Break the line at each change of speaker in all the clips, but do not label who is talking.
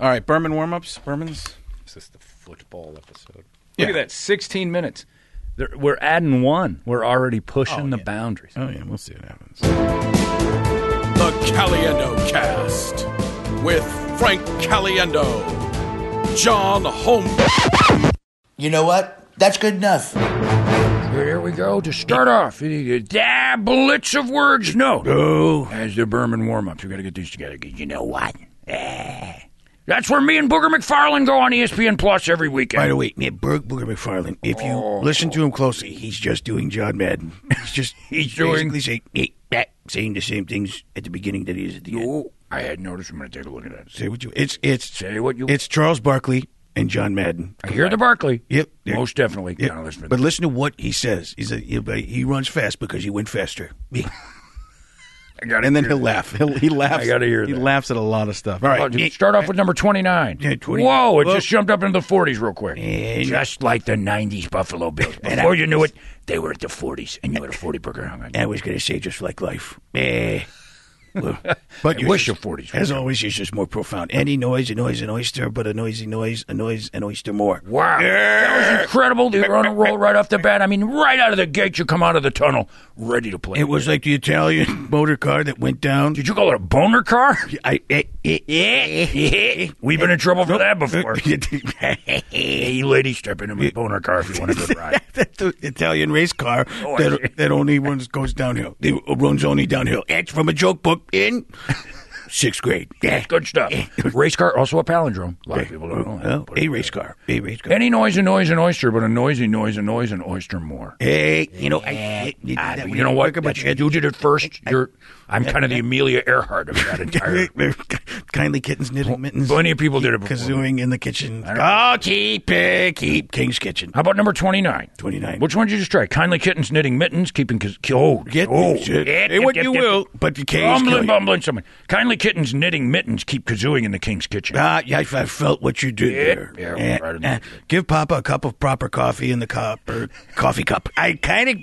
All right, Berman warm ups. Berman's.
Is this the football episode?
Yeah.
Look at that, 16 minutes. There, we're adding one. We're already pushing the boundaries.
Oh yeah, we'll see what happens.
The Caliendo Cast with Frank Caliendo, John Holmes.
You know what? That's good enough.
Here we go. To start off, you need a dab blitz of words. No. No. As the Berman warm ups, we got to get these together. 'cause You know what? Eh. That's where me and Booger McFarlane go on E ESPN Plus every weekend.
By the way, yeah, Berg Booger McFarlane, if you
Oh.
listen to him closely, he's just doing John Madden. He's just
He's doing-
basically saying, "Hey, back," saying the same things at the beginning that he is at the end.
Oh, I had noticed. I'm going to take a look at that.
Say what you it's it's
Say what you.
it's Charles Barkley and John Madden.
I hear the Barkley.
Yep, they're-
Most definitely.
yep.
Gotta listen to
But listen to what he says. He's a, he, he runs fast because he went faster.
I gotta
and then
hear
he'll
that.
laugh.
He'll, he laughs.
I gotta hear
He
that.
laughs at a lot of stuff. All
Oh,
right.
dude, start off with number 29.
Yeah, 20.
Whoa, it
Whoa.
just jumped up into the 40s real quick.
And-
Just like the 90s Buffalo Bills. Before you knew it, they were at the 40s, and you had a 40 burger hung on you.
I was going to say just like life. Eh. Well, but
I
yours
wish
is-
your 40s were
As
better.
always, it's just more profound. Any noise, a noise, an oyster, but a noisy noise, a noise, an oyster more.
Wow. That was incredible. They were on a roll right off the bat. I mean, right out of the gate, you come out of the tunnel ready to play.
It was like the Italian motor car that went down.
Did you call it a boner car?
I, eh, eh, eh, eh, eh.
We've been in trouble for that before.
the
hey, lady, step into my boner car if you want a good ride.
Italian race car
Oh, I see.
that, that only runs goes downhill. It runs only downhill. It's from a joke book in sixth grade. Yeah.
Good stuff. Race car, also a palindrome. A lot of people don't know that.
Well, a race car. A race car.
Any noise, a noise, an oyster, but a noisy noise, a noise, an oyster more.
Hey, you know, I, you,
Ah, but you know what?
About
That's- you did it first. You're, I'm kind of the Amelia Earhart of that entire.
Kindly kittens knitting mittens.
Plenty of people did it before.
Kazooing in the kitchen.
don't-
Oh, keep it, keep King's kitchen.
How about number 29?
29.
Which one did you just try? Kindly Kittens Knitting Mittens, Keeping... Kiz- Oh,
Get
oh.
shit.
Yep,
Say what
yep,
you
yep,
will,
yep.
but you can't kill
Bumbling,
you.
bumbling, someone. Kindly Kittens Knitting Mittens, Keep Kazooing in the King's Kitchen.
Ah, yeah, I I felt what you did
Yeah,
there.
yeah,
Eh,
right in
eh,
there.
give Papa a cup of proper coffee in the copper coffee cup. I kind of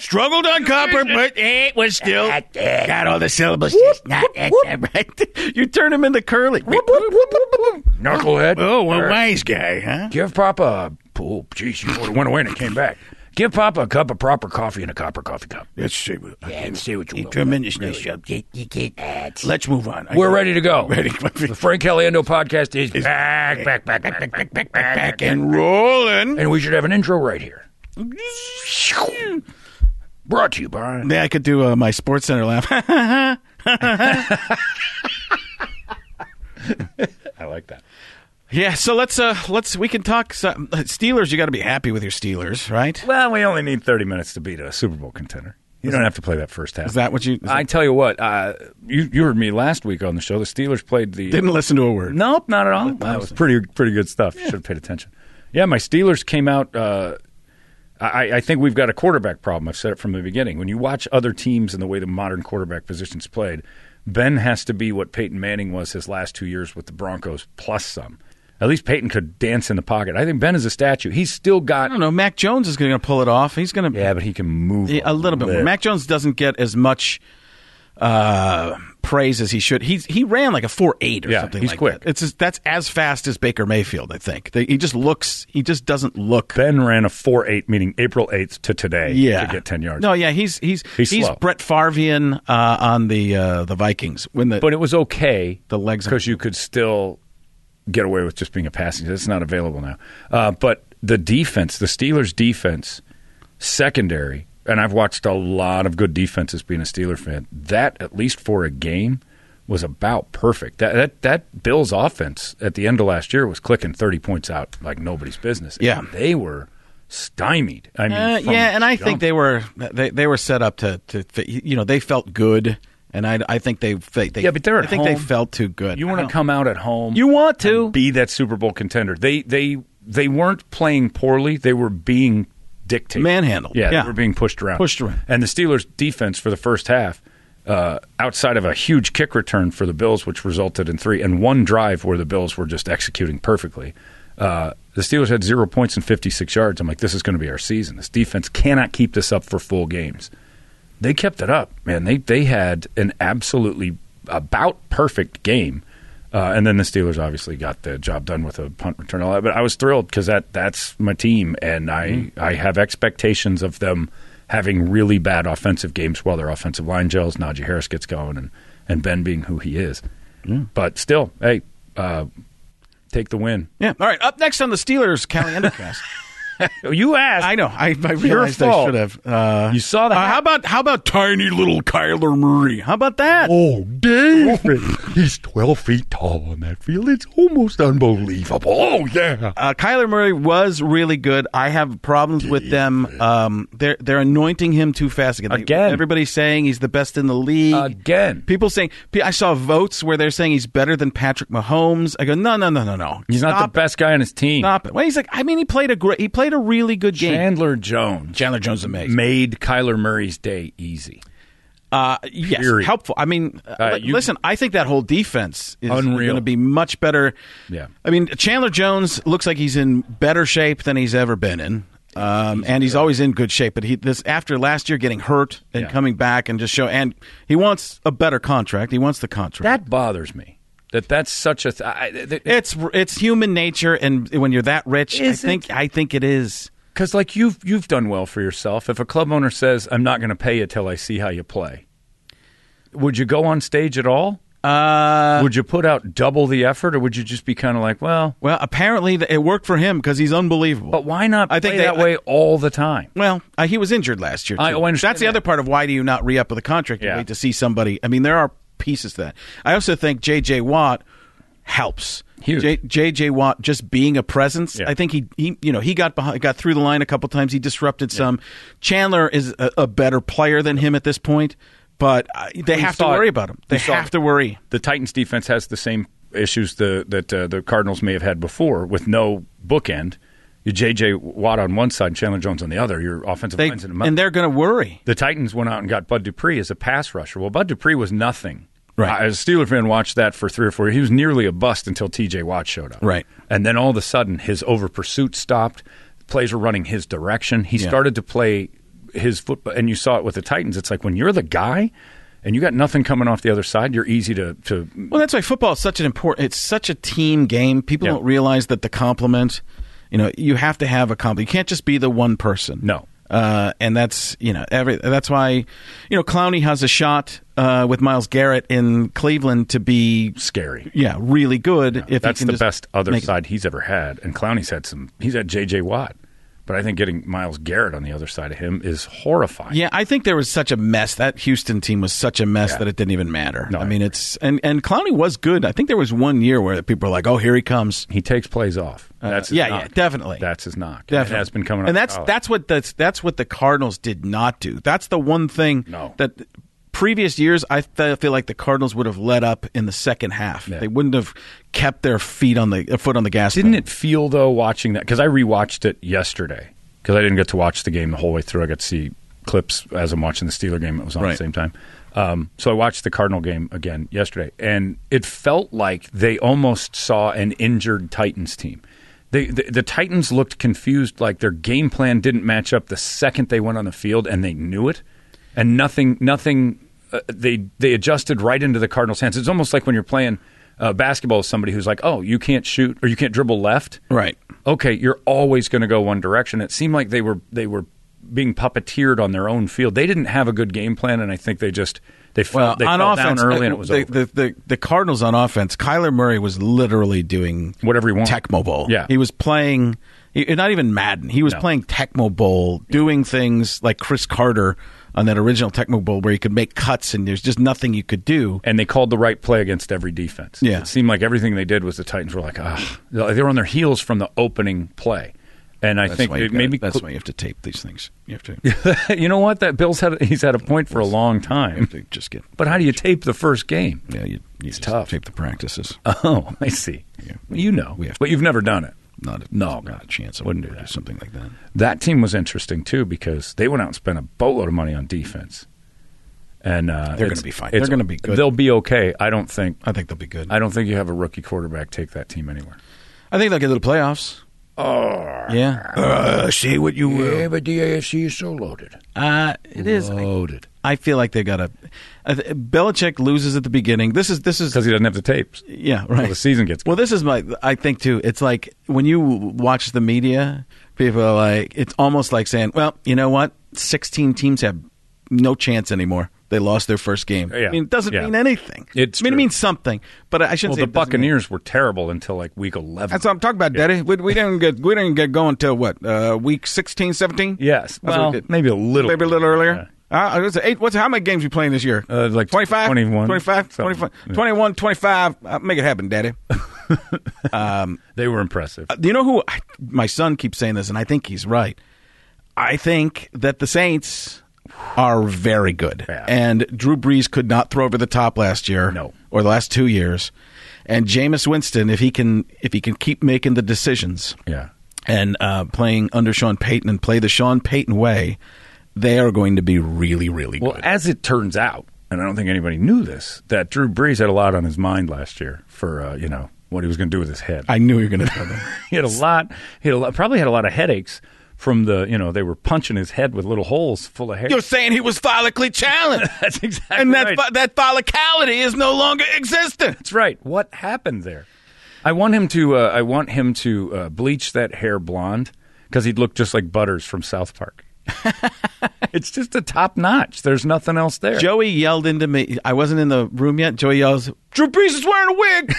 struggled on copper, but eh, it was still
Ah,
got all the syllables. Just not eh, eh, right. You turn him into curly.
Knucklehead.
Oh, a
Or-
wise guy, huh?
Give Papa... a- Oh, jeez, you would've went away and it came back. Give Papa a cup of proper coffee in a copper coffee cup.
Let's see.
And say what you will.
Tremendous nice job. You- you can't- Let's move on. I
We're
got-
ready to go.
Ready.
The Frank Caliendo podcast is back, back, back, back, back, back, back, back,
Back and rolling.
and we should have an intro right here. Brought to you by.
Yeah, I could do uh, my Sports Center laugh.
I like that.
yeah. So let's uh let's we can talk some, Steelers. You got to be happy with your Steelers, right?
Well, we only need thirty minutes to beat a Super Bowl contender. You don't have to play that first half.
Is that what you is
I tell you what, uh, you you heard me last week on the show. The Steelers played the.
didn't listen to a word?
nope, not at all. That was pretty pretty good stuff. Should have paid attention. Yeah, my Steelers came out. Uh, I, I think we've got a quarterback problem. I've said it from the beginning. When you watch other teams and the way the modern quarterback position's played, Ben has to be what Peyton Manning was his last two years with the Broncos plus some. At least Peyton could dance in the pocket. I think Ben is a statue. He's still
I
got.
don't know. Mac Jones is going to pull it off. He's going to
Yeah, but he can move
a little bit more. Mac Jones doesn't get as much uh, praise as he should. He's he ran like a four eight or
Yeah,
something.
he's
like
quick.
That. It's just, that's as fast as Baker Mayfield. I think They- he just looks. He just doesn't look.
Ben ran a four eight, meaning April eighth to today.
Yeah,
to get ten yards.
No, yeah, he's he's
He's
he's,
slow.
Brett Farvian uh, on the uh, the Vikings when the
but it was okay.
The legs-
because you could still get away with just being a passing. It's not available now. Uh, but the defense, the Steelers' defense, secondary, and I've watched a lot of good defenses being a Steeler fan. That at least for a game was about perfect. That that that Bills offense at the end of last year was clicking thirty points out like nobody's business.
Yeah.
And they were stymied. I mean,
Uh,
from
yeah, and I
jump.
think they were they, they were set up to, to fit- you know they felt good, and I I think they they, they
Yeah, but they're at
I think they
home.
felt too good.
You
I
want to
don't-
come out at home.
You want to.
and be that Super Bowl contender. They they they weren't playing poorly. They were being dictated,
Manhandled.
Yeah,
Yeah.
they were being pushed around,
Pushed around.
And the Steelers' defense for the first half, uh, outside of a huge kick return for the Bills, which resulted in three and one drive where the Bills were just executing perfectly. Uh, the Steelers had zero points and 56 yards. I'm like, this is going to be our season. This defense cannot keep this up for full games they kept it up, man. They they had an absolutely about perfect game. Uh, and then the Steelers obviously got the job done with a punt return. and All that, but I was thrilled because that that's my team, and I
Mm-hmm.
I have expectations of them having really bad offensive games while their offensive line gels. Najee Harris gets going, and and Ben being who he is. But still, hey, uh, take the win.
Yeah. All right. Up next on the Steelers Cali Endocast.
You asked.
I know. I, I realized I
fault.
should have. Uh,
You saw the
uh, how about how about tiny little Kyler Murray? How about that?
Oh, David. He's 12 feet tall on that field. It's almost unbelievable. Oh, yeah.
Uh, Kyler Murray was really good. I have problems with them. Um, they're they're anointing him too fast again. They-
Again. Uh,
everybody's saying he's the best in the league.
again.
People saying P- I saw votes where they're saying he's better than Patrick Mahomes. I go, no, no, no, no, no.
He's not
Stop
the best guy on his
it.
team.
Stop it. Well, he's like, I mean, he played a great, he played a really good game.
Chandler Jones
Chandler Jones is amazing.
made Kyler Murray's day easy.
Uh, yes,
Period.
helpful. I mean, uh,
Uh,
li-
you-
listen, I think that whole defense is going
Unreal.
to be much better.
Yeah.
I mean, Chandler Jones looks like he's in better shape than he's ever been in. Um, and he's always in good shape, but he this after last year getting hurt and
Yeah.
coming back and just show and he wants a better contract. He wants the contract.
That bothers me. That that's such a. Th- I, th-
it's it's human nature, and when you're that rich, I
Is it?
think I think it is.
Because like you've you've done well for yourself. If a club owner says, "I'm not going to pay you till I see how you play," would you go on stage at all?
Uh,
would you put out double the effort, or would you just be kind of like, "Well,
well, apparently th- it worked for him because he's unbelievable.
but why not?"
I think
play
they-
that way all the time.
Well, uh, he was injured last year. Too.
I- oh, I understand
That's the
that.
other part of why do you not re up with a contract? You
Yeah.
wait to see somebody. I mean, there are pieces to that. I also think J.J. Watt helps.
Huge.
J- J.J. Watt just being a presence.
Yeah.
I think he, he you know he got behind, got through the line a couple times. He disrupted some. Chandler is a, a better player than him at this point, but uh, they
We
have to
saw it.
worry about him. They
We saw
have
it.
to worry.
The Titans defense has the same issues the, that uh, the Cardinals may have had before, with no bookend. You J.J. Watt on one side, Chandler Jones on the other. Your offensive
They
line's in the middle.
and they're going to worry.
the Titans went out and got Bud Dupree as a pass rusher. Well, Bud Dupree was nothing.
Right.
I, as a Steeler fan, watched that for three or four. He was nearly a bust until T.J. Watt showed up.
Right.
And then all of a sudden, his over pursuit stopped. Plays were running his direction. He started to play his football, and you saw it with the Titans. It's like when you're the guy and you got nothing coming off the other side, you're easy to to
Well, that's why football is such an important. It's such a team game. People
Yeah.
don't realize that the compliment. You know, you have to have a compliment. You can't just be the one person.
No.
Uh, and that's you know every that's why you know Clowney has a shot uh, with Miles Garrett in Cleveland to be
scary.
yeah really good. if he
That's
can
the
just
best other
make it-
side he's ever had. And Clowney's had some. He's had J.J. Watt, but I think getting Miles Garrett on the other side of him is horrifying.
Yeah, I think there was such a mess. That Houston team was such a mess that it didn't even matter.
No,
I
I
mean, it's and and Clowney was good. I think there was one year where people were like, "Oh, here he comes."
He takes plays off. That's
Uh,
his
yeah,
knock.
yeah, definitely.
That's his knock.
Definitely.
It has been coming,
and
up Oh.
that's
college.
that's what that's that's what the Cardinals did not do. That's the one thing
No.
that previous years I fe- feel like the Cardinals would have let up in the second half.
Yeah.
They wouldn't have kept their feet on the uh, foot on the gas.
Didn't
pedal.
it feel though watching that? Because I rewatched it yesterday because I didn't get to watch the game the whole way through. I got to see clips as I'm watching the Steeler game. It was on
Right.
at the same time. Um, so I watched the Cardinal game again yesterday, and it felt like they almost saw an injured Titans team. They, the, the Titans looked confused, like their game plan didn't match up the second they went on the field, and they knew it. And nothing, nothing. Uh, they they adjusted right into the Cardinals' hands. It's almost like when you're playing uh, basketball with somebody who's like, "Oh, you can't shoot or you can't dribble left."
Right.
okay, you're always going to go one direction. It seemed like they were they were being puppeteered on their own field. They didn't have a good game plan, and I think they just they fell,
Well,
they
on
fell
offense,
down early,
uh,
and it was
the,
over.
The, the the Cardinals on offense. Kyler Murray was literally doing
Whatever he wanted.
Tecmo Bowl.
Yeah.
he was playing. he- Not even Madden. He was
No.
playing Tecmo Bowl, doing things like Chris Carter on that original Tecmo Bowl, where he could make cuts and there's just nothing you could do.
and they called the right play against every defense.
Yeah.
It seemed like everything they did was the Titans were like, ah, they were on their heels from the opening play. And I
That's
think
why you
it maybe
that's why you have to tape these things. You have to,
you know what that Bills had he's had a point for a long time.
to just get.
But how do you tape the first game?
Yeah, you, you just
tough.
tape the practices.
Oh, I see. You know,
We have to-
but you've never done it.
Not a,
No,
not a
God,
chance. I
wouldn't do
would
that.
something like that.
that team was interesting too because they went out and spent a boatload of money on defense, and uh,
They're
it's-
gonna be fine.
it's-
They're gonna be good.
They'll be okay. I don't think.
I think they'll be good.
I don't think you have a rookie quarterback take that team anywhere.
I think they'll get to the playoffs. Yeah.
Uh, say what you will.
Yeah, but the AFC is so loaded.
Uh, it is.
Loaded.
I feel like they got a. I th- Belichick loses at the beginning. This is this is
because he doesn't have the tapes.
yeah right.
the season gets
well. This is my I think too. It's like when you watch the media, people are like it's almost like saying, well, you know what, sixteen teams have no chance anymore. They lost their first game.
Yeah.
I mean, it doesn't
Yeah.
mean anything.
It's
I mean, it
true.
means something, but I shouldn't
Well,
say
the
it doesn't mean-
Buccaneers were terrible until like week eleven.
That's what I'm talking about, Daddy. We, we didn't get we didn't get going till what uh, week 16, 17?
yes.
That's what
Well,
we did.
maybe a little.
maybe a little earlier. Uh, what's eight, what's how many games we playing this year?
Uh, like
25,
21,
25,
something.
25,
Yeah.
21, 25. Uh, make it happen, Daddy.
They were impressive.
Uh,
Do you know who I, my son keeps saying this and i think he's right i think that the saints are very good
Yeah.
and drew brees could not throw over the top last year
No.
or the last two years and Jameis winston if he can if he can keep making the decisions
yeah.
and uh, playing under sean payton and play the sean payton way they are going to be really really
Well,
good
as it turns out, and I don't think anybody knew this, that Drew Brees had a lot on his mind last year for uh, you know what he was going to do with his head.
i knew you were going to tell them
he had a lot. He had a lot, probably had a lot of headaches from the you know they were punching his head with little holes full of hair.
You're saying he was follically challenged,
that's exactly
and that
right.
fo- that follicality is no longer existent.
That's right. What happened there? I want him to. Uh, I want him to uh, bleach that hair blonde because he'd look just like Butters from South Park. it's just a top notch. There's nothing else there.
joey yelled into me i wasn't in the room yet joey yells
Drew Brees is wearing a wig.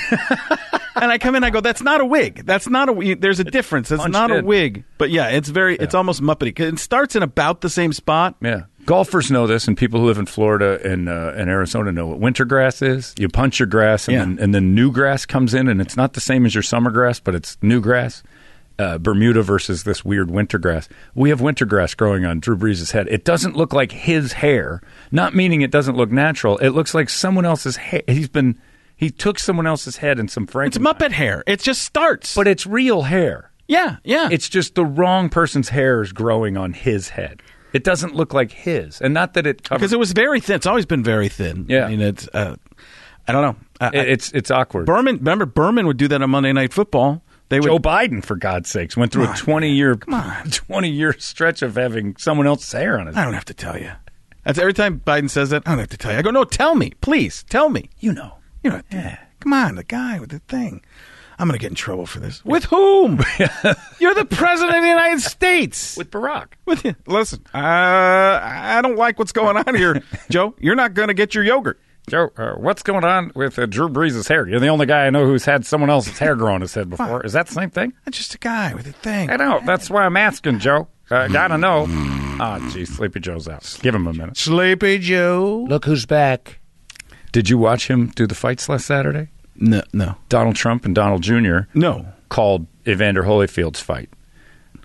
and I come in, I go, that's not a wig. That's not a. you- There's a difference. That's
punched
not a
in.
wig. But yeah, it's very. It's almost muppety. 'Cause It starts in about the same spot.
Yeah. Golfers know this, and people who live in Florida and uh, and Arizona know what winter grass is. You punch your grass, and,
Yeah.
then, and then new grass comes in, and it's not the same as your summer grass, but it's new grass. Uh, Bermuda versus this weird winter grass. We have winter grass growing on Drew Brees' head. It doesn't look like his hair. Not meaning it doesn't look natural. It looks like someone else's hair. He's been he took someone else's head and some
It's
Frankenstein.
Muppet hair. It just starts.
but it's real hair.
yeah, yeah.
It's just the wrong person's hair is growing on his head. It doesn't look like his, and not that it covers
because it was very thin. It's always been very thin.
Yeah.
I mean, it's. Uh, I don't know. I, I-
It- it's it's awkward.
Berman. Remember, Berman would do that on Monday Night Football. They would.
Joe Biden, for God's sakes, went through a twenty year twenty year stretch of having someone else's hair on his.
I don't have to tell you. That's every time Biden says that. I don't have to tell you. I go, no, tell me, please, tell me.
You know,
You know, come on, the guy with the thing. I'm going to get in trouble for this. With whom? You're the president of the United States.
with Barack.
With you.
Listen, uh, I don't like what's going on here, Joe. You're not going to get your yogurt.
Joe, uh, what's going on with uh, Drew Brees' hair? You're the only guy I know who's had someone else's hair grow on his head before. Is that the same thing?
I'm just a guy with a thing.
I know. That's why I'm asking, Joe. I gotta know. Ah, geez, Sleepy Joe's out. Give him a minute.
Sleepy Joe.
Look who's back.
Did you watch him do the fights last Saturday?
No, no,
Donald Trump and Donald Jr.
no.
called Evander Holyfield's fight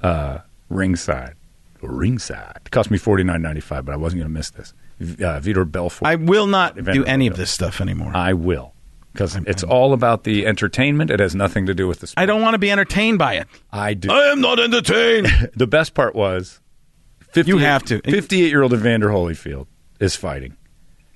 uh, ringside. Ringside. It cost me forty nine ninety five, but I wasn't going to miss this. V- Uh, Vitor Belfort.
I will not do
Evander
any of
Holyfield.
this stuff anymore.
I will because it's all about the entertainment. It has nothing to do with the. Sport.
I don't want to be entertained by it.
I do.
I am not entertained.
the best part was. 50,
You have to.
Fifty eight year old Evander Holyfield is fighting.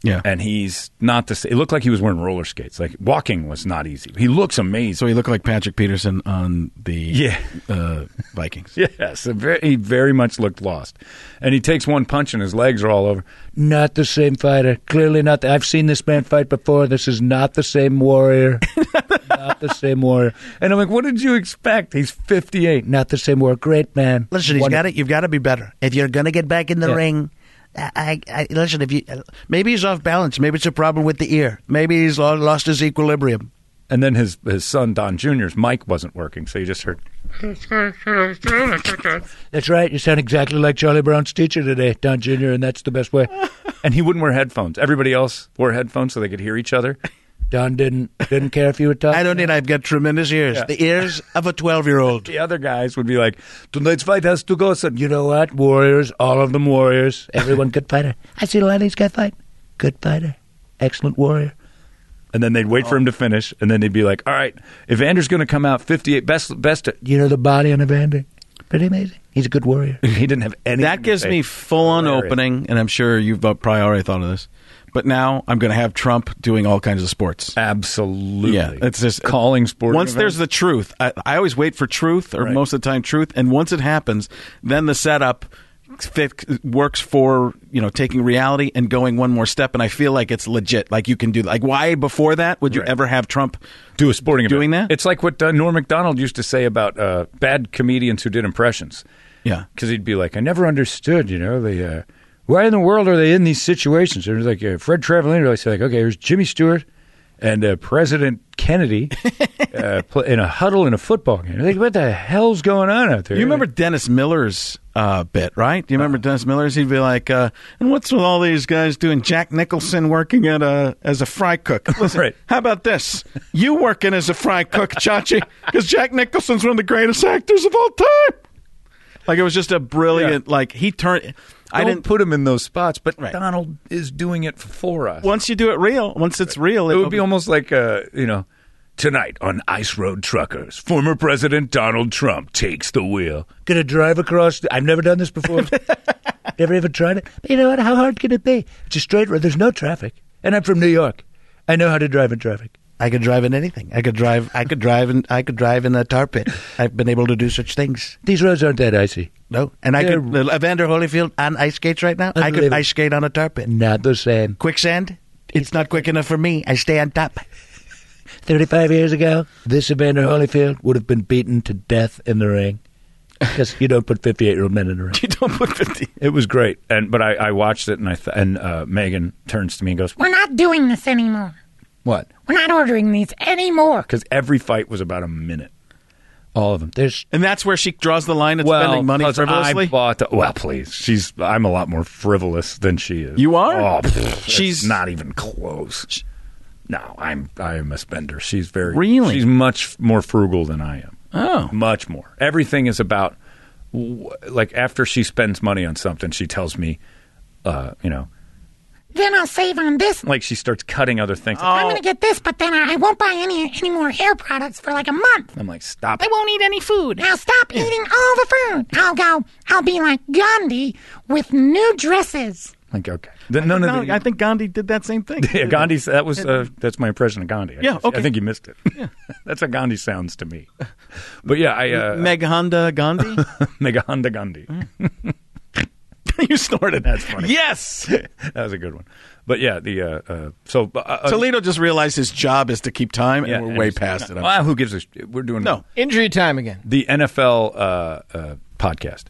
yeah.
And he's not the same. It looked like he was wearing roller skates. Like walking was not easy. He looks amazing.
So he looked like Patrick Peterson on the
Yeah.
uh, Vikings.
Yes, a ve- he very much looked lost, and he takes one punch and his legs are all over.
Not the same fighter. Clearly not. The, I've seen this man fight before. This is not the same warrior. not the same warrior.
And I'm like, "What did you expect? He's 58."
Not the same warrior. Great man.
Listen, he's
Wonder-
got it. You've got to be better if you're going to get back in the
Yeah.
ring. I, I, I listen. If you maybe he's off balance. Maybe it's a problem with the ear. Maybe he's lo- lost his equilibrium.
And then his his son Don Jr.'s mic wasn't working, so you just heard.
That's right. You sound exactly like Charlie Brown's teacher today, Don Jr., and that's the best way.
And he wouldn't wear headphones. Everybody else wore headphones so they could hear each other.
Don didn't didn't care if you were talking.
I don't need. I've got tremendous ears. The ears of a twelve-year-old.
The other guys would be like, "Tonight's fight has to go, son."
You know what? Warriors, all of them warriors. Everyone good fighter. I see a lot of these guys fight. Good fighter. Excellent warrior.
And then they'd wait for him to finish, and then they'd be like, "All right, Evander's going to come out 58 best best."
You know the body on Evander? Pretty amazing. He's a good warrior.
He didn't have any.
That gives me full on
Hilarious.
opening, and I'm sure you've probably uh, already thought of this. But now I'm going to have Trump doing all kinds of sports.
Absolutely.
Yeah, it's just
calling sports.
Once there's the truth, I, I always wait for truth, or
Right.
most of the time truth, and once it happens, then the setup fit, works for you know taking reality and going one more step. And I feel like it's legit. Like you can do like why before that would you
Right.
ever have Trump
do a sporting event.
doing that?
It's like what uh, Norm Macdonald used to say about uh, bad comedians who did impressions.
yeah,
because he'd be like, "I never understood, you know, the uh, why in the world are they in these situations?" And it was like uh, Fred Travelling was like, "Okay, here's Jimmy Stewart and uh, President Kennedy uh, pl- in a huddle in a football game. Like, what the hell's going on out there?"
You remember Dennis Miller's uh, bit, right? Do you remember Dennis Miller's? He'd be like, uh, "And what's with all these guys doing Jack Nicholson working at a as a fry cook? Listen,
Right.
how about this? You working as a fry cook, Chachi? Because Jack Nicholson's one of the greatest actors of all time." Like it was just a brilliant. Like he turned. I
Don't
didn't.
put him in those spots, but
Right.
Donald is doing it for us.
Once you do it real, once it's real,
it would be almost like uh, you know tonight on ice road truckers former president donald trump takes the wheel
Gonna drive across. The, I've never done this before. never even tried it. But you know what? How hard can it be? It's a straight road. There's no traffic. And I'm from New York. I know how to drive in traffic.
I could drive in anything. I could drive. I could drive in. I could drive in a tar pit. I've been able to do such things.
These roads aren't that icy.
No, and I
Yeah.
could Evander Holyfield on ice skates right now. I could
Unbelievable.
ice skate on a tar pit.
Not the same.
Quicksand. It's not quick enough for me. I stay on top.
35 years ago, this Evander Holyfield would have been beaten to death in the ring. Because you don't put 58 year old men in the ring.
you don't put fifty.
it was great and but i, I watched it and i th- and uh, megan turns to me and goes
We're not doing this anymore.
what
We're not ordering these anymore.
because every fight was about a minute
All of them. There's
And that's where she draws the line at spending money
'cause
frivolously.
I bought the- well please she's i'm a lot more frivolous than she is
You are?
oh, pfft,
She's-
it's not even close no i'm i'm a spender she's very
Really?
she's much more frugal than i am
oh,
much more. Everything is about w- like after she spends money on something, she tells me, uh, you know,
Then I'll save on this.
like she starts cutting other things.
Oh.
I'm going to get this, but then I I won't buy any, any more hair products for like a month.
I'm like, stop.
I won't eat any food. I'll stop eating all the food. I'll go, I'll be like Gandhi with new dresses.
Like, okay. Then none of
no,
the.
I think Gandhi did that same thing.
yeah, Gandhi's. That was uh, that's my impression of Gandhi. I
Yeah,
guess.
okay.
I think you missed it. Yeah. that's how Gandhi sounds to me. But yeah, I uh,
Meg Mm. Honda Gandhi.
Mega Honda Gandhi.
you snorted.
That's funny.
Yes.
that was a good one. But yeah, the uh, uh, so uh, uh,
Toledo just realized his job is to keep time, and
yeah,
we're
and
way
it's-
past it.
Well, who gives a? sh- We're doing
No.
Injury time again.
the NFL uh, uh, podcast.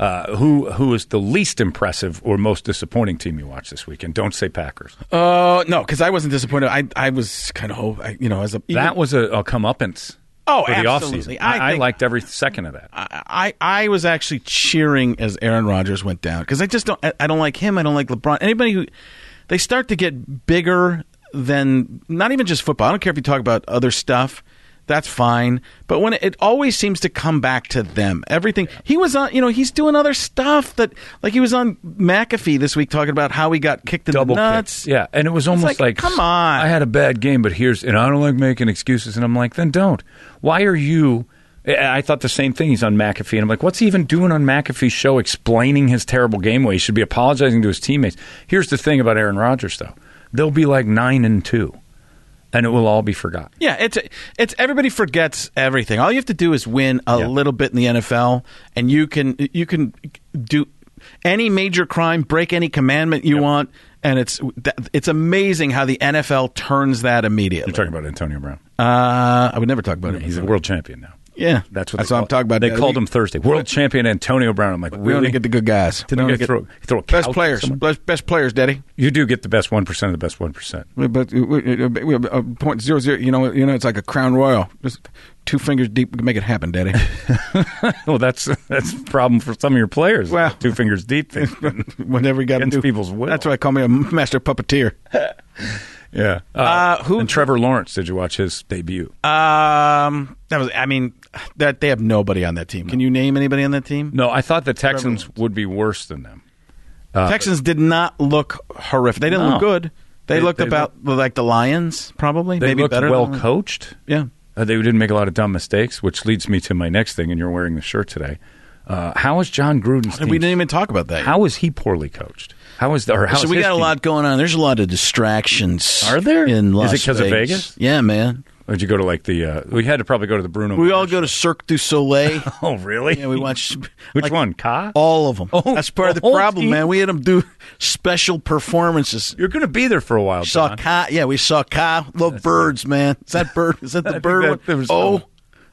Uh, who who is the least impressive or most disappointing team you watch this weekend? Don't say Packers.
Uh, no, because I wasn't disappointed. I I was kind of, I, you know, as a
that was a, a comeuppance.
Oh,
for the
absolutely.
offseason.
I
I, I
think-
liked every second of that.
I, I was actually cheering as Aaron Rodgers went down because I just don't I, I don't like him. I don't like LeBron. Anybody who they start to get bigger than not even just football. I don't care if you talk about other stuff. That's fine, but when it, it always seems to come back to them, everything he was on, you know, he's doing other stuff that, like he was on McAfee this week talking about how he got kicked in
Double
the nuts.
kicks. Yeah, and it was almost
like, come on.
I had a bad game, but here's and I don't like making excuses. And I'm like, then don't. Why are you? I I thought the same thing. He's on McAfee, and I'm like, what's he even doing on McAfee's show, explaining his terrible game? Way he should be apologizing to his teammates. Here's the thing about Aaron Rodgers, though. They'll be like nine and two, and it will all be forgotten.
Yeah, it's it's everybody forgets everything. All you have to do is win a
Yeah.
little bit in the NFL, and you can you can do any major crime, break any commandment you want, and it's that- it's amazing how the NFL turns that immediately.
You're talking about Antonio Brown.
uh, I would never talk about him.
He's a world champion now.
yeah,
That's what
that's
they
what I'm
call-
talking about.
They
Yeah,
called
we-
him Thursday. World champion Antonio Brown. I'm like,
We only
really?
get the good guys. We
Didn't
only
we
get
throw, throw a couch
best
at
players,
someone?
best, best players, Daddy.
You do get the best one percent of the best one percent.
But we, we, we, uh, point zero zero. You know, you know, it's like a crown royal. Just two fingers deep. We can make it happen, Daddy.
Well, that's that's a problem for some of your players.
Well-
two fingers deep. thing.
Whatever you got to
Against
do.
people's will.
That's why I call me a master puppeteer.
yeah. Uh,
Uh, who-
And Trevor Lawrence? Did you watch his debut?
Um, that was. I mean, that they have nobody on that team. Can you name anybody on that team?
no, I thought the Texans would be worse than them.
Texans did not look horrific. They didn't
No.
look good. They,
They-
looked
they
about like the Lions, probably.
They
Maybe
looked
better.
well
than-
coached.
Yeah.
Uh, they didn't make a lot of dumb mistakes, which leads me to my next thing. And you're wearing the shirt today. Uh, how is John Gruden's
And
team?
we didn't even talk about that.
how is he poorly coached? How is the or how
so
is
we
his
got a
team-
lot going on. There's a lot of distractions.
Are there?
In
Is
Las
it 'cause of Vegas?
Yeah, man.
Or Did you go to like the? Uh, we had to probably go to the Bruno.
We all go to Cirque du Soleil.
Oh, really?
yeah, we watch.
Which
like,
one? Ka?
All of them.
Oh,
That's part of the
the whole
problem,
team?
man. We had them do special performances.
You're going to be there for a while.
Saw
John.
Ka. Yeah, we saw Ka. Little birds, man. Is that bird? Is that the
think
bird?
that
one?
there was
oh,
some-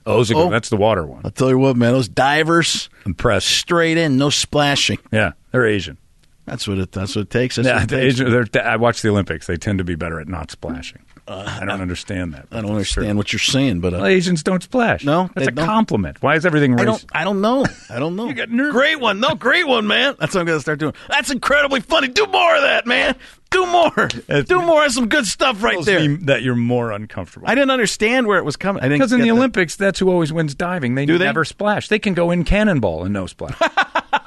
Oh, is it-
Oh.
that's the water one.
I'll tell you what, man. Those divers,
Impressed.
straight in, no splashing.
Yeah, they're Asian.
That's what it. That's what it takes. That's
Yeah,
what it
the
takes.
Asian they're, I watch the Olympics. They tend to be better at not splashing.
Uh,
I don't understand that.
I don't understand what you're saying, but
Well,
uh,
Asians don't splash.
No,
that's
they
a
don't.
compliment. Why is everything
I
racist?
don't. I don't know. I don't know. you
got nervous.
Great one. No, great one, man. That's what I'm gonna start doing. That's incredibly funny. Do more of that, man. Do more. Do more of some good stuff right
Tells
there.
me that you're more uncomfortable.
I didn't understand where it was coming. I didn't
because in
get
the
that.
Olympics, that's who always wins diving. They
Do they?
never splash. They can go in cannonball and no splash.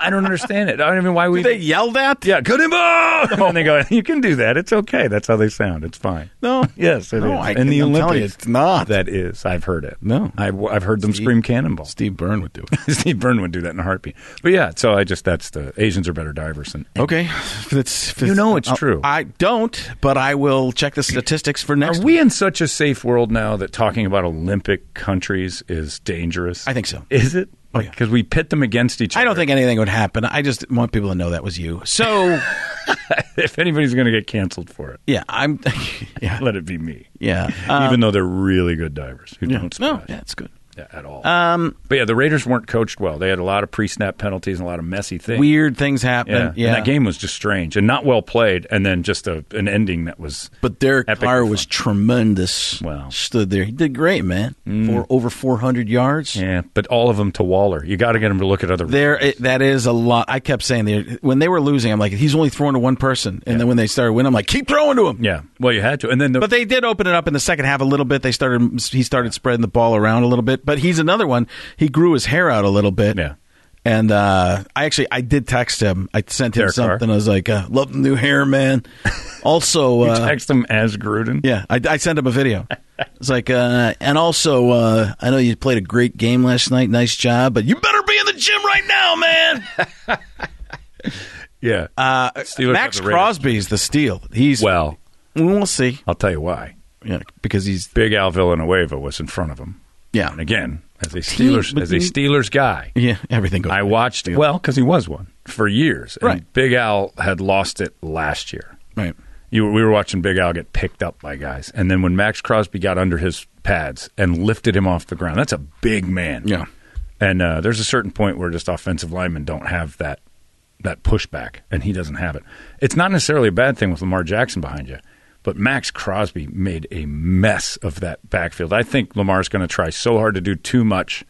I don't understand it. I don't even why we.
Did they yelled at.
yeah, cannonball. And then they go. You can do that. It's okay. That's how they sound. It's fine.
No.
Yes, it is.
No, I
in the
can- I'm
Olympics,
telling you, it's not.
That is. I've heard it.
No.
I, have heard them scream cannonball.
Steve Byrne would do it.
Steve Byrne would do that in a heartbeat. But yeah, so I just that's the Asians are better divers than.
Okay, that's, uh,
You know it's true.
I don't, but I will check the statistics for next.
Are
week.
we in such a safe world now that talking about Olympic countries is dangerous?
I think so.
Is it?
Oh, yeah.
Because we pit them against each other.
I don't think anything would happen. I just want people to know that was you. So
if anybody's going to get canceled for it,
yeah, I'm. Yeah,
let it be me.
yeah. Uh,
Even though they're really good divers who don't
no,
splash
yeah, it's good.
at all. Um, but yeah, the Raiders weren't coached well. They had a lot of pre-snap penalties and a lot of messy things.
Weird things happen.
Yeah.
Yeah,
And that game was just strange and not well played, and then just a, an ending that was.
But Derek
Epic
Carr
fun.
was tremendous.
Wow. Mm.
Stood there. He did great, man. For over 400 yards.
Yeah, but all of them to Waller. You got to get him to look at other.
There, it, that is a lot. I kept saying there when they were losing, I'm like, he's only throwing to one person. And then when they started winning, I'm like, keep throwing to him.
yeah, well, you had to, and then the,
But they did open it up in the second half a little bit. They started he started spreading the ball around a little bit. But he's another one. He grew his hair out a little bit.
Yeah.
And uh, I actually I did text him. I sent him
Derek Carr?
something. I was like, uh, "Love the new hair, man." Also,
you
uh,
text him as Gruden.
yeah, I, I sent him a video. It's like, uh, and also, uh, I know you played a great game last night. Nice job, but you better be in the gym right now, man.
Yeah, uh, Steelers have
Max
the Raiders.
Crosby's the steal. He's
Well,
We'll see.
I'll tell you why.
Yeah, because he's
Big Al Villanueva was in front of him,
yeah,
and again, as a Steelers, as a Steelers guy,
yeah. Everything goes.
I watched well because he was one for years. And
Right.
Big Al had lost it last year.
right.
You, we were watching Big Al get picked up by guys, and then when Max Crosby got under his pads and lifted him off the ground, that's a big man.
Yeah.
and uh, there's a certain point where just offensive linemen don't have that that pushback, and he doesn't have it. It's not necessarily a bad thing with Lamar Jackson behind you, but Max Crosby made a mess of that backfield. I think Lamar's going to try so hard to do too much.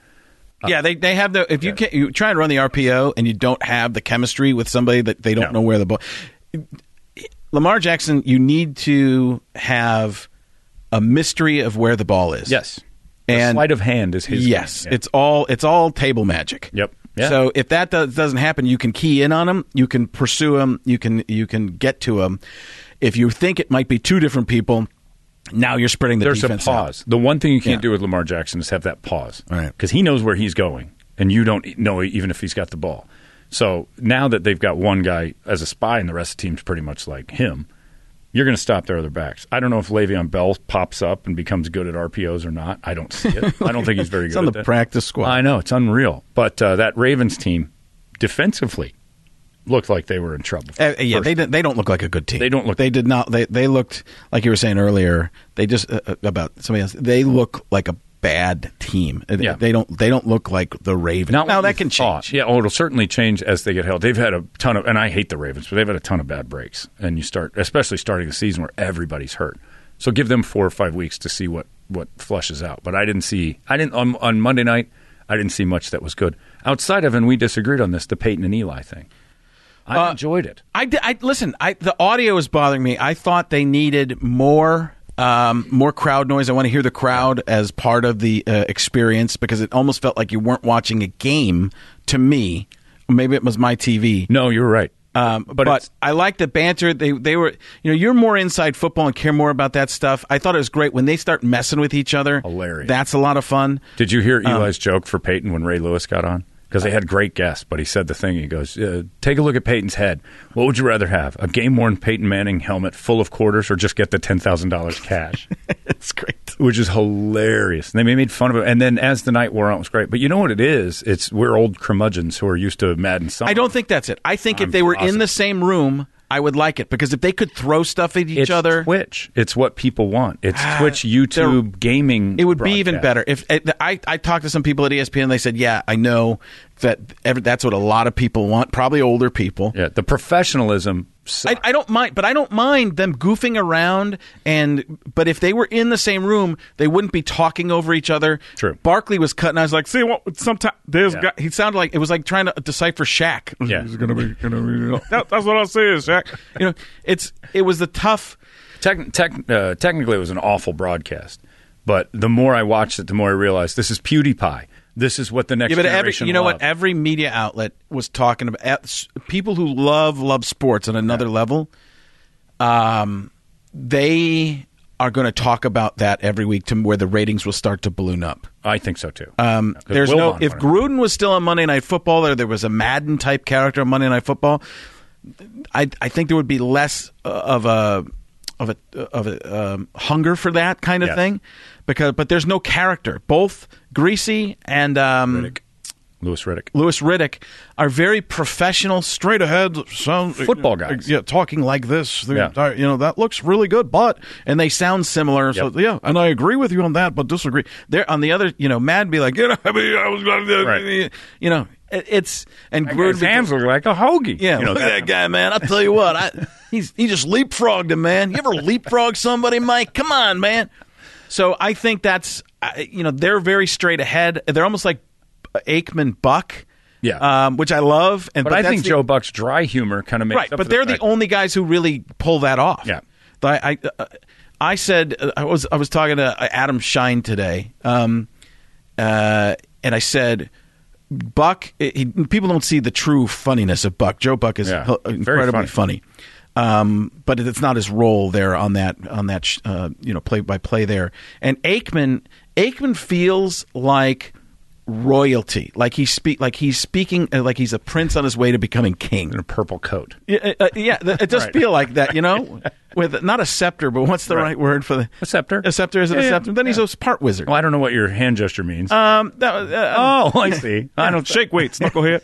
Uh,
Yeah, they, they have the if you can you try and run the RPO and you don't have the chemistry with somebody that they don't
No.
know where the ball. Lamar Jackson, you need to have a mystery of where the ball is.
and
and
sleight of hand is his.
yes,
game. Yeah.
it's all it's all table magic.
Yep. Yeah.
So if that does, doesn't happen, you can key in on them. You can pursue them. You can you can get to them. If you think it might be two different people, now you're spreading the
there's a
defense out.
pause. The one thing you can't
Yeah.
do with Lamar Jackson is have that pause,
Right.
Because he knows where he's going, and you don't know even if he's got the ball. So now that they've got one guy as a spy, and the rest of the team's pretty much like him, you're going to stop their other backs. I don't know if Le'Veon Bell pops up and becomes good at RPOs or not. I don't see it. I don't think he's very
It's
good.
on
at
the
that.
practice squad.
I know it's unreal, but uh, that Ravens team defensively looked like they were in trouble.
Uh, yeah,
First
they didn't, they don't look like a good team.
They don't look-
They did not. They they looked like you were saying earlier. They just uh, uh, about somebody else. They look like a bad team. Uh,
Yeah.
They don't. They don't look like the Ravens.
Not
now
what you
that can
thought.
change.
Yeah, oh, it'll certainly change as they get held. They've had a ton of, and I hate the Ravens, but they've had a ton of bad breaks. And you start, especially starting the season where everybody's hurt. So give them four or five weeks to see what what flushes out. But I didn't see, I didn't on, on Monday night. I didn't see much that was good outside of, and we disagreed on this, the Peyton and Eli thing. I
Uh,
enjoyed it.
I, di- I listen. I the audio is bothering me. I thought they needed more. Um, more crowd noise. I want to hear the crowd as part of the uh, experience because it almost felt like you weren't watching a game to me. Maybe it was my TV.
No, you're right.
Um, but
it's-
I like the banter. They they were you know you're more inside football and care more about that stuff. I thought it was great when they start messing with each other.
Hilarious.
That's a lot of fun.
Did you hear Eli's joke for Peyton when Ray Lewis got on? because they had great guests. But he said the thing. He goes, uh, "Take a look at Peyton's head. What would you rather have? A game-worn Peyton Manning helmet full of quarters, or just get the ten thousand dollars cash?"
it's great.
which is hilarious. And they made fun of it. And then as the night wore on, it was great. But you know what it is? It's we're old curmudgeons who are used to Madden Summer.
I don't think that's it. I think if they were in the same room, I would like it because if they could throw stuff at each
it's
other, Ah,
Twitch. It's what people want. It's Twitch, YouTube, gaming.
it would be even
broadcast.
better. If eh, I, I talked to some people at E ESPN, they said, "Yeah, I know that every, that's what a lot of people want. Probably older people.
Yeah, the professionalism.
I,
sucked.
I don't mind, but I don't mind them goofing around. And but if they were in the same room, they wouldn't be talking over each other.
True.
Barkley was cutting. I was like, see, what? Sometimes there's
Yeah.
guy, he sounded like it was like trying to decipher Shaq.
Yeah.
He's gonna be, gonna be- that- that's what I say is Shaq. You know, it's it was the tough.
Tec- tec- uh, technically, it was an awful broadcast. But the more I watched it, the more I realized this is PewDiePie. This is what the next
Yeah, but every
generation
you know
will
what?
have.
Every media outlet was talking about at- s- people who love love sports on another level. Um, they are going to talk about that every week to where the ratings will start to balloon up.
I think so too.
Um,
Yeah, 'cause
there's
Will
no
won
if
one.
Gruden was still on Monday Night Football or there was a Madden type character on Monday Night Football, I I think there would be less uh, of a of a of a um, hunger for that kind of
Yes.
thing because but there's no character. Both Greasy and um,
Lewis Riddick.
Lewis Riddick are very professional, straight ahead sound uh,
Football guys.
Yeah, talking like this. They're-
Yeah.
all right, you know that looks really good, but and they sound similar. So
Yep.
yeah, and I agree with you on that, but disagree. There on the other, you know, Mad be like, you know, I mean, I was going to,
Right.
you know, it, it's and
His
Gruden.
hands look like a hoagie.
yeah,
you know,
look at
that-
that guy, man. I tell you what, I, he's he just leapfrogged him, man. You ever leapfrog somebody, Mike? Come on, man. So I think that's I- you know they're very straight ahead. They're almost like Aikman Buck,
Yeah.
um, which I love. And
But, I
that's
think
the-
Joe Buck's dry humor kind of makes
right,
up
but
for
they're
the,
the,
fact-
only guys who really pull that off.
Yeah.
But I I, uh, I said uh, I was I was talking to uh, Adam Shine today, um, uh, and I said. Buck, he, people don't see the true funniness of Buck. Joe Buck is
Yeah.
h-
Very
incredibly funny, Um, but it's not his role there on that on that sh- uh, you know play by play there. And Aikman, Aikman feels like royalty, like he speak like he's speaking uh, like he's a prince on his way to becoming king.
in a purple coat.
Yeah, uh, uh, yeah. th- It does
Right.
feel like that, you know, with not a scepter, but what's the right, word for the
A scepter.
A scepter is it
Yeah,
a
yeah,
scepter? Then he's a part wizard.
Well, I don't know what your hand gesture means.
Um, that, was- uh,
oh, I see. I don't shake weights, knucklehead.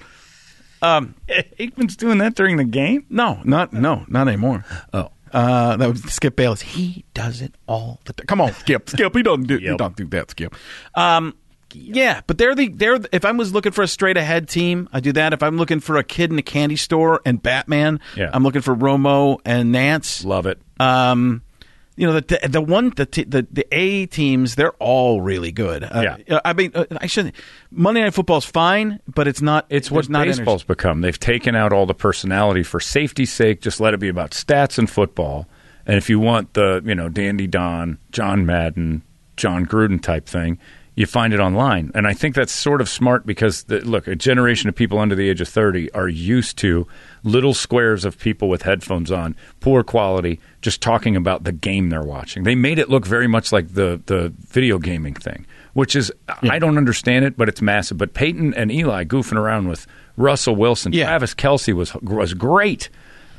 Um, Aikman's doing that during the game.
no, not no, not anymore.
Oh,
Uh, that was Skip Bayless. He does it all the time. Come on, Skip. Skip, he doesn't do he
Yep.
don't do that, Skip. Um, yeah, but they're the they're the- if I was looking for a straight ahead team, I do that. If I'm looking for a kid in a candy store and Batman,
Yeah.
I'm looking for Romo and Nance.
love it.
um, you know the the one the t- the, the A teams they're all really good. Uh,
Yeah.
I mean uh, I shouldn't. Monday Night Football's fine, but it's not.
It's what
there's not energy.
baseball's become. They've taken out all the personality for safety's sake. Just let it be about stats and football. And if you want the you know Dandy Don, John Madden, John Gruden type thing, you find it online. And I think that's sort of smart because the, look, a generation of people under the age of thirty are used to little squares of people with headphones on, poor quality, just talking about the game they're watching. They made it look very much like the the video gaming thing, which is I don't understand it, but it's massive. But Peyton and Eli goofing around with Russell Wilson,
Yeah.
Travis Kelsey was was great.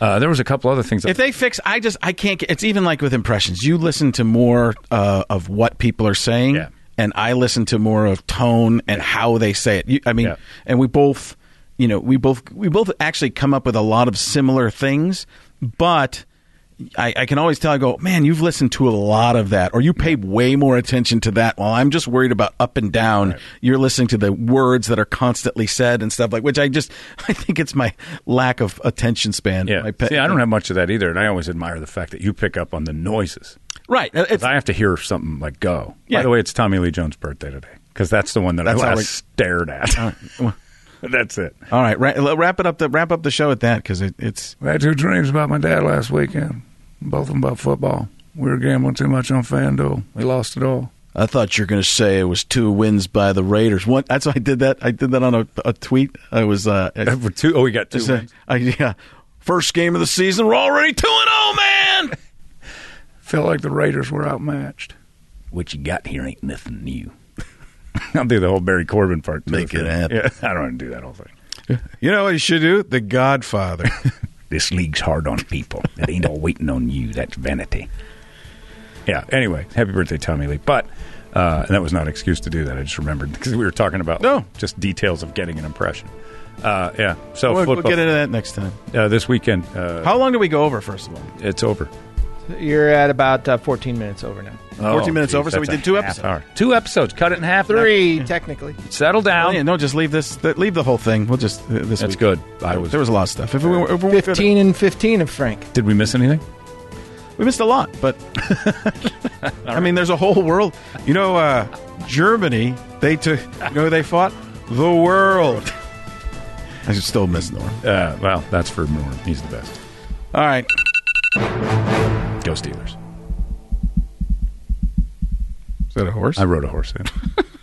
Uh, there was a couple other things.
If they fix, I just I can't. get It's even like with impressions. You listen to more uh, of what people are saying,
Yeah.
and I listen to more of tone and how they say it. You, I mean,
Yeah.
and we both, you know, we both we both actually come up with a lot of similar things, but. I, I can always tell. I go, man, you've listened to a lot of that, or you pay way more attention to that. While I'm just worried about up and down. You're listening to the words that are constantly said and stuff like, which I just, I think it's my lack of attention span.
yeah,
My pe-
see, I don't have much of that either, and I always admire the fact that you pick up on the noises.
Right. Uh, It's,
I have to hear something like go.
Yeah.
By the way, it's Tommy Lee Jones' birthday today because that's the one that
That's
I
how
last
we-
stared at. that's it.
all right. Ra- wrap it up. The, wrap up the show at that because it, it's.
I had two dreams about my dad last weekend. Both of them about football. We were gambling too much on FanDuel. We lost it all.
I thought you were going to say it was two wins by the Raiders. One. That's why I did that. I did that on a, a tweet. I was. Uh, I,
For two, oh, we got two.
just, uh, I- yeah. First game of the season. We're already two and zero, man.
Felt like the Raiders were outmatched.
What you got here ain't nothing new. I'll do the whole Barry Corbin part. too,
Make
if
it
you-
happen.
Yeah, I don't want to do that whole thing.
You know what you should do? The Godfather.
This league's hard on people. It ain't all waiting on you. That's vanity. Yeah. Anyway, happy birthday, Tommy Lee. But uh, and that was not an excuse to do that. I just remembered because we were talking about
No.
just details of getting an impression. Uh, yeah. So
we'll, we'll
football
get into that next time.
uh, this weekend. Uh,
How long do we go over, first of all?
it's over.
You're at about uh, 14 minutes over now.
14 minutes
Oh, geez,
over, so
that's
we
a
did two
half
episodes.
hour. Two episodes. Cut it in half.
Three, technically.
Settle down.
Yeah, no, just leave this. th- Leave the whole thing. We'll just uh, this.
That's
week.
good. I was.
There was a lot of stuff. If we, were- if we were-
15 and 15 of Frank.
Did we miss anything?
we missed a lot, but I mean, there's a whole world. You know, uh, Germany. They took. You know, who they fought the world. I should still miss Norm.
Uh, well, that's for Norm. He's the best.
All right.
Go Steelers.
Is that a horse?
I rode a horse in.